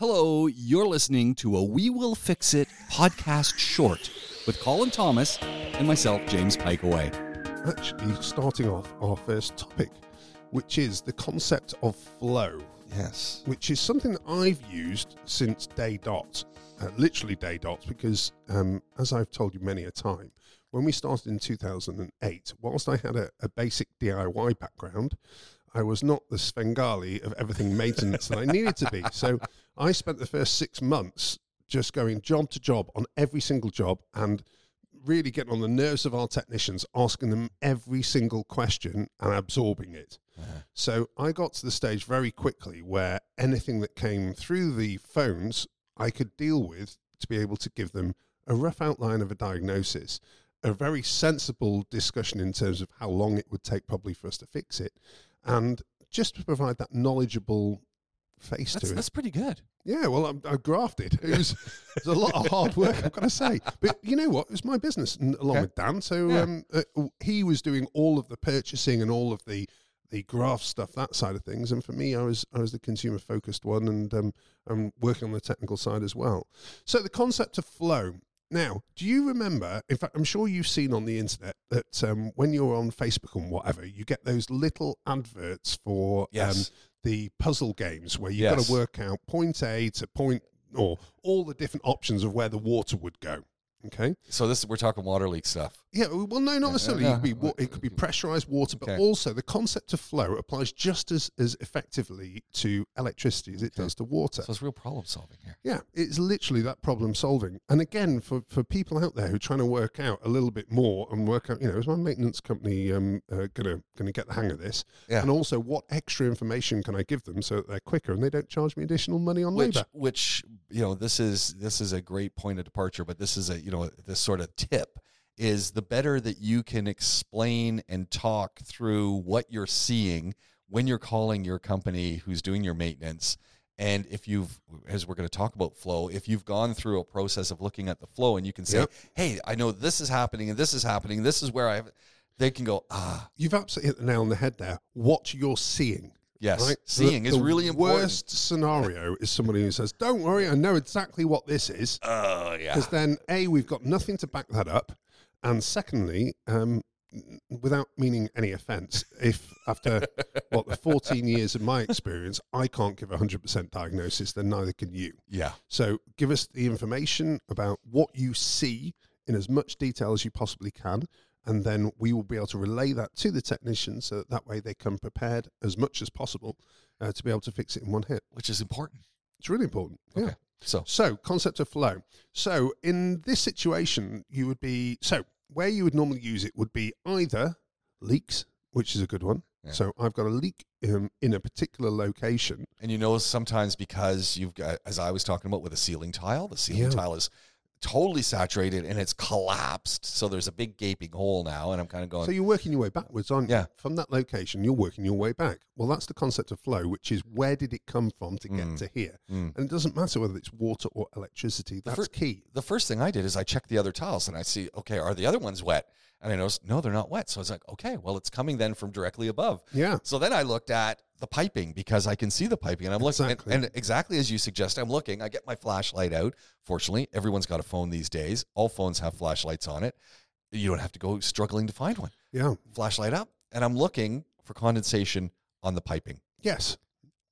Hello, you're listening to a We Will Fix It podcast short with Colin Thomas and myself, James Pikeaway. actually starting off our first topic, which is the concept of flow, Yes. which is something that I've used since day dot, uh, literally day dot, because um, as I've told you many a time, when we started in 2008, whilst I had a, a basic DIY background, I was not the Svengali of everything maintenance that I needed to be. So I spent the first six months just going job to job on every single job and really getting on the nerves of our technicians, asking them every single question and absorbing it. Uh-huh. So I got to the stage very quickly where anything that came through the phones, I could deal with to be able to give them a rough outline of a diagnosis, a very sensible discussion in terms of how long it would take probably for us to fix it, and just to provide that knowledgeable face That's, to it. that's pretty good. Yeah, well, I'm, I grafted. It was, it was a lot of hard work, I've got to say. But you know what? It was my business, and along Okay. with Dan. So Yeah. um, uh, he was doing all of the purchasing and all of the the graft stuff, that side of things. And for me, I was I was the consumer focused one, and um, I'm working on the technical side as well. So the concept of flow. Now, do you remember? In fact, I'm sure you've seen on the internet that um, when you're on Facebook and whatever, you get those little adverts for um, Yes. the puzzle games where you've got Yes. to work out point A to point or all the different options of where the water would go. Okay. so this we're talking water leak stuff. Yeah. Well, no, not necessarily. yeah. It, could be, wa- it could be pressurized water, but Okay. also the concept of flow applies just as, as effectively to electricity as it does to water. So it's real problem solving here. Yeah, it's literally that problem solving. And again, for, for people out there who are trying to work out a little bit more and work out, you know, is my maintenance company um, uh, gonna gonna get the hang of this? Yeah. And also, what extra information can I give them so that they're quicker and they don't charge me additional money on Which, labour? which you know, this is this is a great point of departure, but this is a you know this sort of tip is the better that you can explain and talk through what you're seeing when you're calling your company who's doing your maintenance. And if you've, as we're going to talk about flow, if you've gone through a process of looking at the flow and you can say, Yep. "Hey, I know this is happening and this is happening. This is where I," have, they can go, "Ah, You've absolutely hit the nail on the head there. What you're seeing. yes, Right? seeing the, is the really important." Worst scenario is somebody who says, "Don't worry, I know exactly what this is." Oh yeah. Because then, A, we've got nothing to back that up. And secondly, um, n- without meaning any offense, if after what the 14 years of my experience, I can't give a 100% diagnosis, then neither can you. Yeah. So give us the information about what you see in as much detail as you possibly can. And then we will be able to relay that to the technician so that, that way they come prepared as much as possible uh, to be able to fix it in one hit. Which is important. It's really important. Yeah. Okay. So So, concept of flow. So, in this situation, you would be so where you would normally use it would be either leaks, which is a good one. Yeah. So, I've got a leak um, in a particular location. and you know sometimes because you've got as I was talking about with a ceiling tile, the ceiling Yeah. tile is totally saturated and it's collapsed. So there's a big gaping hole now and I'm kind of going So, you're working your way backwards, aren't Yeah. you? From that location, you're working your way back. Well, that's the concept of flow, which is where did it come from to get Mm. to here? Mm. And it doesn't matter whether it's water or electricity, that's fir- key. the first thing I did is I checked the other tiles and I see, okay, are the other ones wet? And I noticed, no, they're not wet. So I was like, okay, well, it's coming then from directly above. Yeah. So then I looked at the piping because I can see the piping and I'm looking Exactly. and, and exactly as you suggest, I'm looking. I get my flashlight out. Fortunately, everyone's got a phone these days. All phones have flashlights on it. You don't have to go struggling to find one. Yeah. Flashlight up, and I'm looking for condensation on the piping. Yes.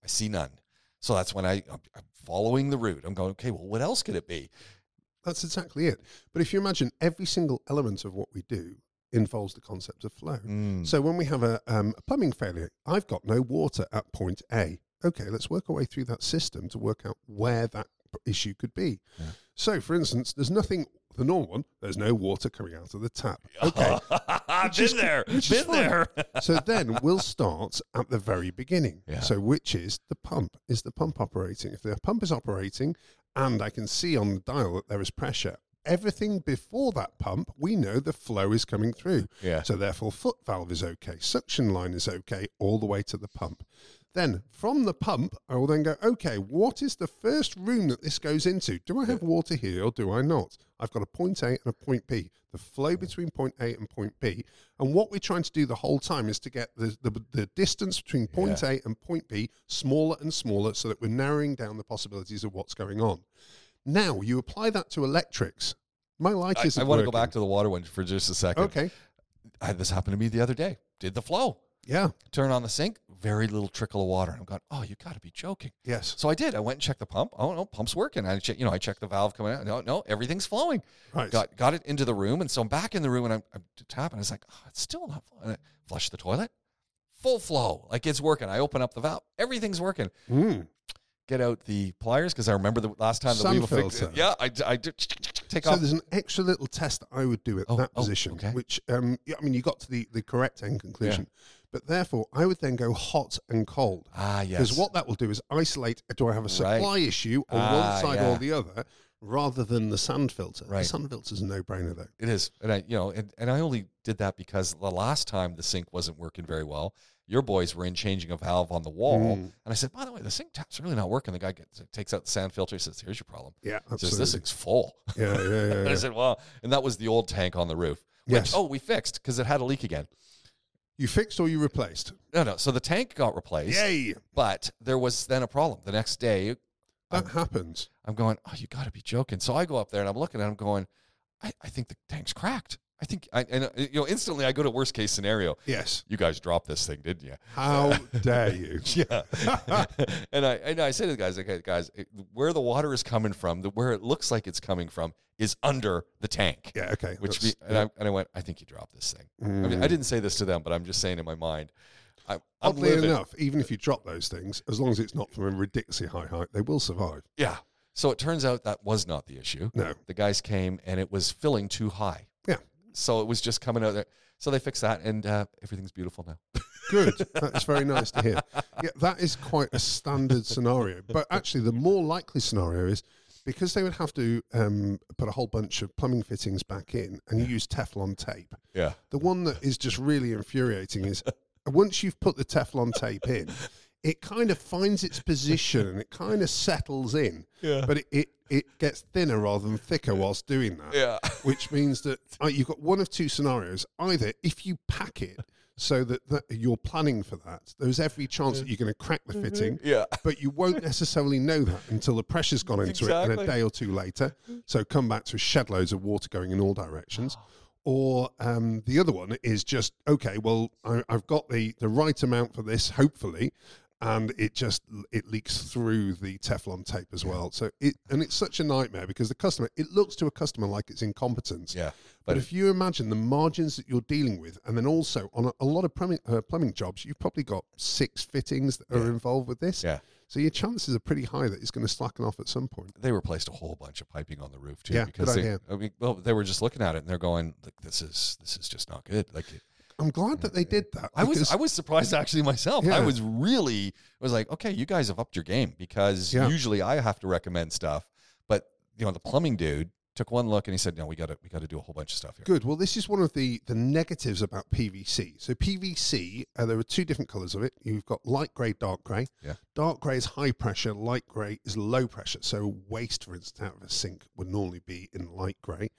I see none. So that's when I, I'm I'm following the route. I'm going, okay, well, what else could it be? That's exactly it. But if you imagine every single element of what we do involves the concept of flow. Mm, So when we have a, um, a plumbing failure, I've got no water at point A. Okay, let's work our way through that system to work out where that p- issue could be. Yeah. So, for instance, there's nothing, the normal one, there's no water coming out of the tap. Okay, I've Which been is- there. which is Been fine. there. so then we'll start at the very beginning. Yeah. So, which is the pump? Is the pump operating? If the pump is operating and I can see on the dial that there is pressure, everything before that pump, we know the flow is coming through. Yeah. So therefore, foot valve is okay, suction line is okay, all the way to the pump. Then from the pump, I will then go, okay, what is the first room that this goes into? Do I have water here or do I not? I've got a point A and a point B, the Mm. flow between point A and point B. And what we're trying to do the whole time is to get the, the, the distance between point A and point B smaller and smaller so that we're narrowing down the possibilities of what's going on. Now you apply that to electrics. My light I, isn't. want to go working. back to the water one for just a second. Okay. I had this happen to me the other day. Did the flow. Yeah. Turn on the sink, very little trickle of water. And I'm going, oh, you got to be joking. Yes. So I did. I went and checked the pump. Oh no, pump's working. I check, you know, I checked the valve coming out. No, no, everything's flowing. Right. Got got it into the room, and so I'm back in the room, and I'm, I'm tapping. It's like oh, it's still not flowing. And I flush the toilet, full flow, like it's working. I open up the valve, everything's working. Mm. Get out the pliers because I remember the last time that Sun we were fixed. filter. Yeah, I, I did take So off. there's an extra little test that I would do at Oh, that oh, position, okay. which um, yeah, I mean, you got to the, the correct end conclusion, but therefore I would then go hot and cold Ah, because yes. what that will do is isolate. Do I have a supply Right. issue on Ah, one side yeah. or the other, rather than the sand filter? The Right. sand filter's a no brainer though. It is, and I, you know, and, and I only did that because the last time the sink wasn't working very well. Your boys were in changing a valve on the wall, Mm. and I said, "By the way, the sink tap's really not working." The guy gets, takes out the sand filter. He says, "Here's your problem." Yeah, Says absolutely. this thing's full. yeah, yeah, yeah. And I yeah. said, "Well," and that was the old tank on the roof. Which, Yes. Oh, we fixed because it had a leak again. you fixed or you replaced? No, no. So the tank got replaced, Yay! but there was then a problem the next day. Oh. That happens. I'm going, oh, you got to be joking. So I go up there and I'm looking and I'm going, I, I think the tank's cracked. I think, I, and uh, you know, instantly I go to worst case scenario. Yes. You guys dropped this thing, didn't you? How dare you? Yeah. and I and I said to the guys, okay, guys, it- where the water is coming from, the, where it looks like it's coming from, is under the tank. Yeah. Mm. Okay. Which be, that's- and, I, and I went, I think you dropped this thing. I mean, I didn't say this to them, but I'm just saying in my mind, I, I'm Oddly livid. enough, even if you drop those things, as long as it's not from a ridiculously high height, they will survive. Yeah. So it turns out that was not the issue. No. The guys came and it was filling too high. Yeah. So it was just coming out there. So they fixed that, and uh, everything's beautiful now. Good. That's very nice to hear. Yeah, that is quite a standard scenario. But actually, the more likely scenario is because they would have to um, put a whole bunch of plumbing fittings back in and use Teflon tape. Yeah. The one that is just really infuriating is once you've put the Teflon tape in, it kind of finds its position and it kind of settles in. Yeah. But it, it, it gets thinner rather than thicker whilst doing that. Yeah. which means that uh, you've got one of two scenarios. Either if you pack it so that, that you're planning for that, there's every chance that you're going to crack the fitting, Yeah. but you won't necessarily know that until the pressure's gone into it and Exactly. a day or two later. So come back to shed loads of water going in all Oh. directions. Or um, the other one is just, okay, well, I, I've got the, the right amount for this, hopefully. And it just it leaks through the Teflon tape as well. So it and it's such a nightmare because the customer it looks to a customer like it's incompetence. Yeah. But if you imagine the margins that you're dealing with, and then also on a, a lot of plumbing, uh, plumbing jobs, you've probably got six fittings that are involved with this. Yeah. So your chances are pretty high that it's going to slacken off at some point. They replaced a whole bunch of piping on the roof too. Yeah, because good they, idea. I mean, well, they were just looking at it and they're going, like, this is this is just not good. Like, it- I'm glad that they did that. I was because- I was surprised actually myself. I Yeah. was really I was like, okay, you guys have upped your game because Yeah. usually I have to recommend stuff, but you know the plumbing dude took one look and he said, no, we got to we got to do a whole bunch of stuff here. Good. Well, this is one of the the negatives about PVC. So PVC, uh, there are two different colors of it. You've got light gray, dark gray. Yeah. Dark gray is high pressure. Light gray is low pressure. So waste, for instance, out of a sink would normally be in light gray.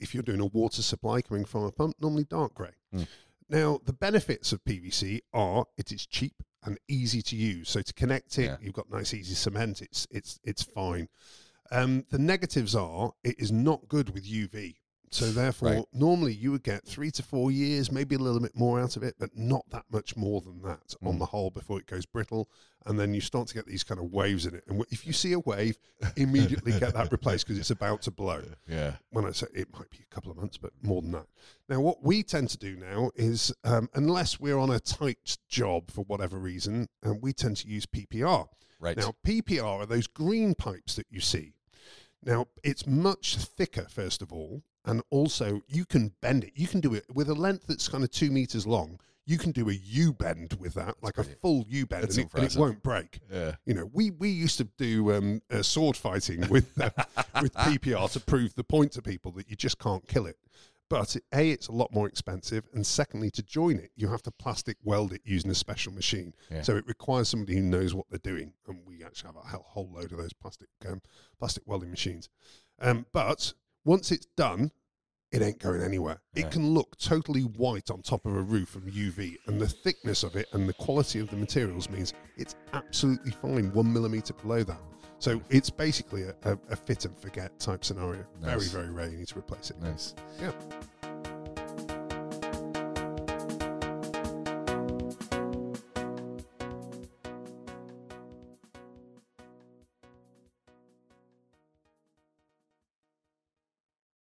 If you're doing a water supply coming from a pump, normally dark gray. Hmm. Now, the benefits of PVC are it is cheap and easy to use. So to connect it, Yeah. you've got nice, easy cement. It's it's it's fine. Um, the negatives are it is not good with UV. So therefore, Right. normally you would get three to four years, maybe a little bit more out of it, but not that much more than that Mm. on the whole before it goes brittle. And then you start to get these kind of waves in it. And if you see a wave, immediately get that replaced because it's about to blow Yeah. when I say it might be a couple of months, but more than that. Now, what we tend to do now is, um, unless we're on a tight job for whatever reason, and we tend to use PPR. Right. Now, PPR are those green pipes that you see. Now, it's much thicker, first of all, and also you can bend it. You can do it with a length that's kind of two meters long. You can do a U bend with that, like a full U bend, That's and it, and it impressive. won't break. Yeah. You know, we, we used to do um, uh, sword fighting with uh, with PPR to prove the point to people that you just can't kill it. But A, it's a lot more expensive. And secondly, to join it, you have to plastic weld it using a special machine. Yeah. So it requires somebody who knows what they're doing. And we actually have a hell- whole load of those plastic um, plastic welding machines. Um, but once it's done, it ain't going anywhere. Yeah. It can look totally white on top of a roof from UV, and the thickness of it and the quality of the materials means it's absolutely fine one millimeter below that. So it's basically a, a, a fit and forget type scenario. Nice. Very, very rare you need to replace it. Nice. Yeah.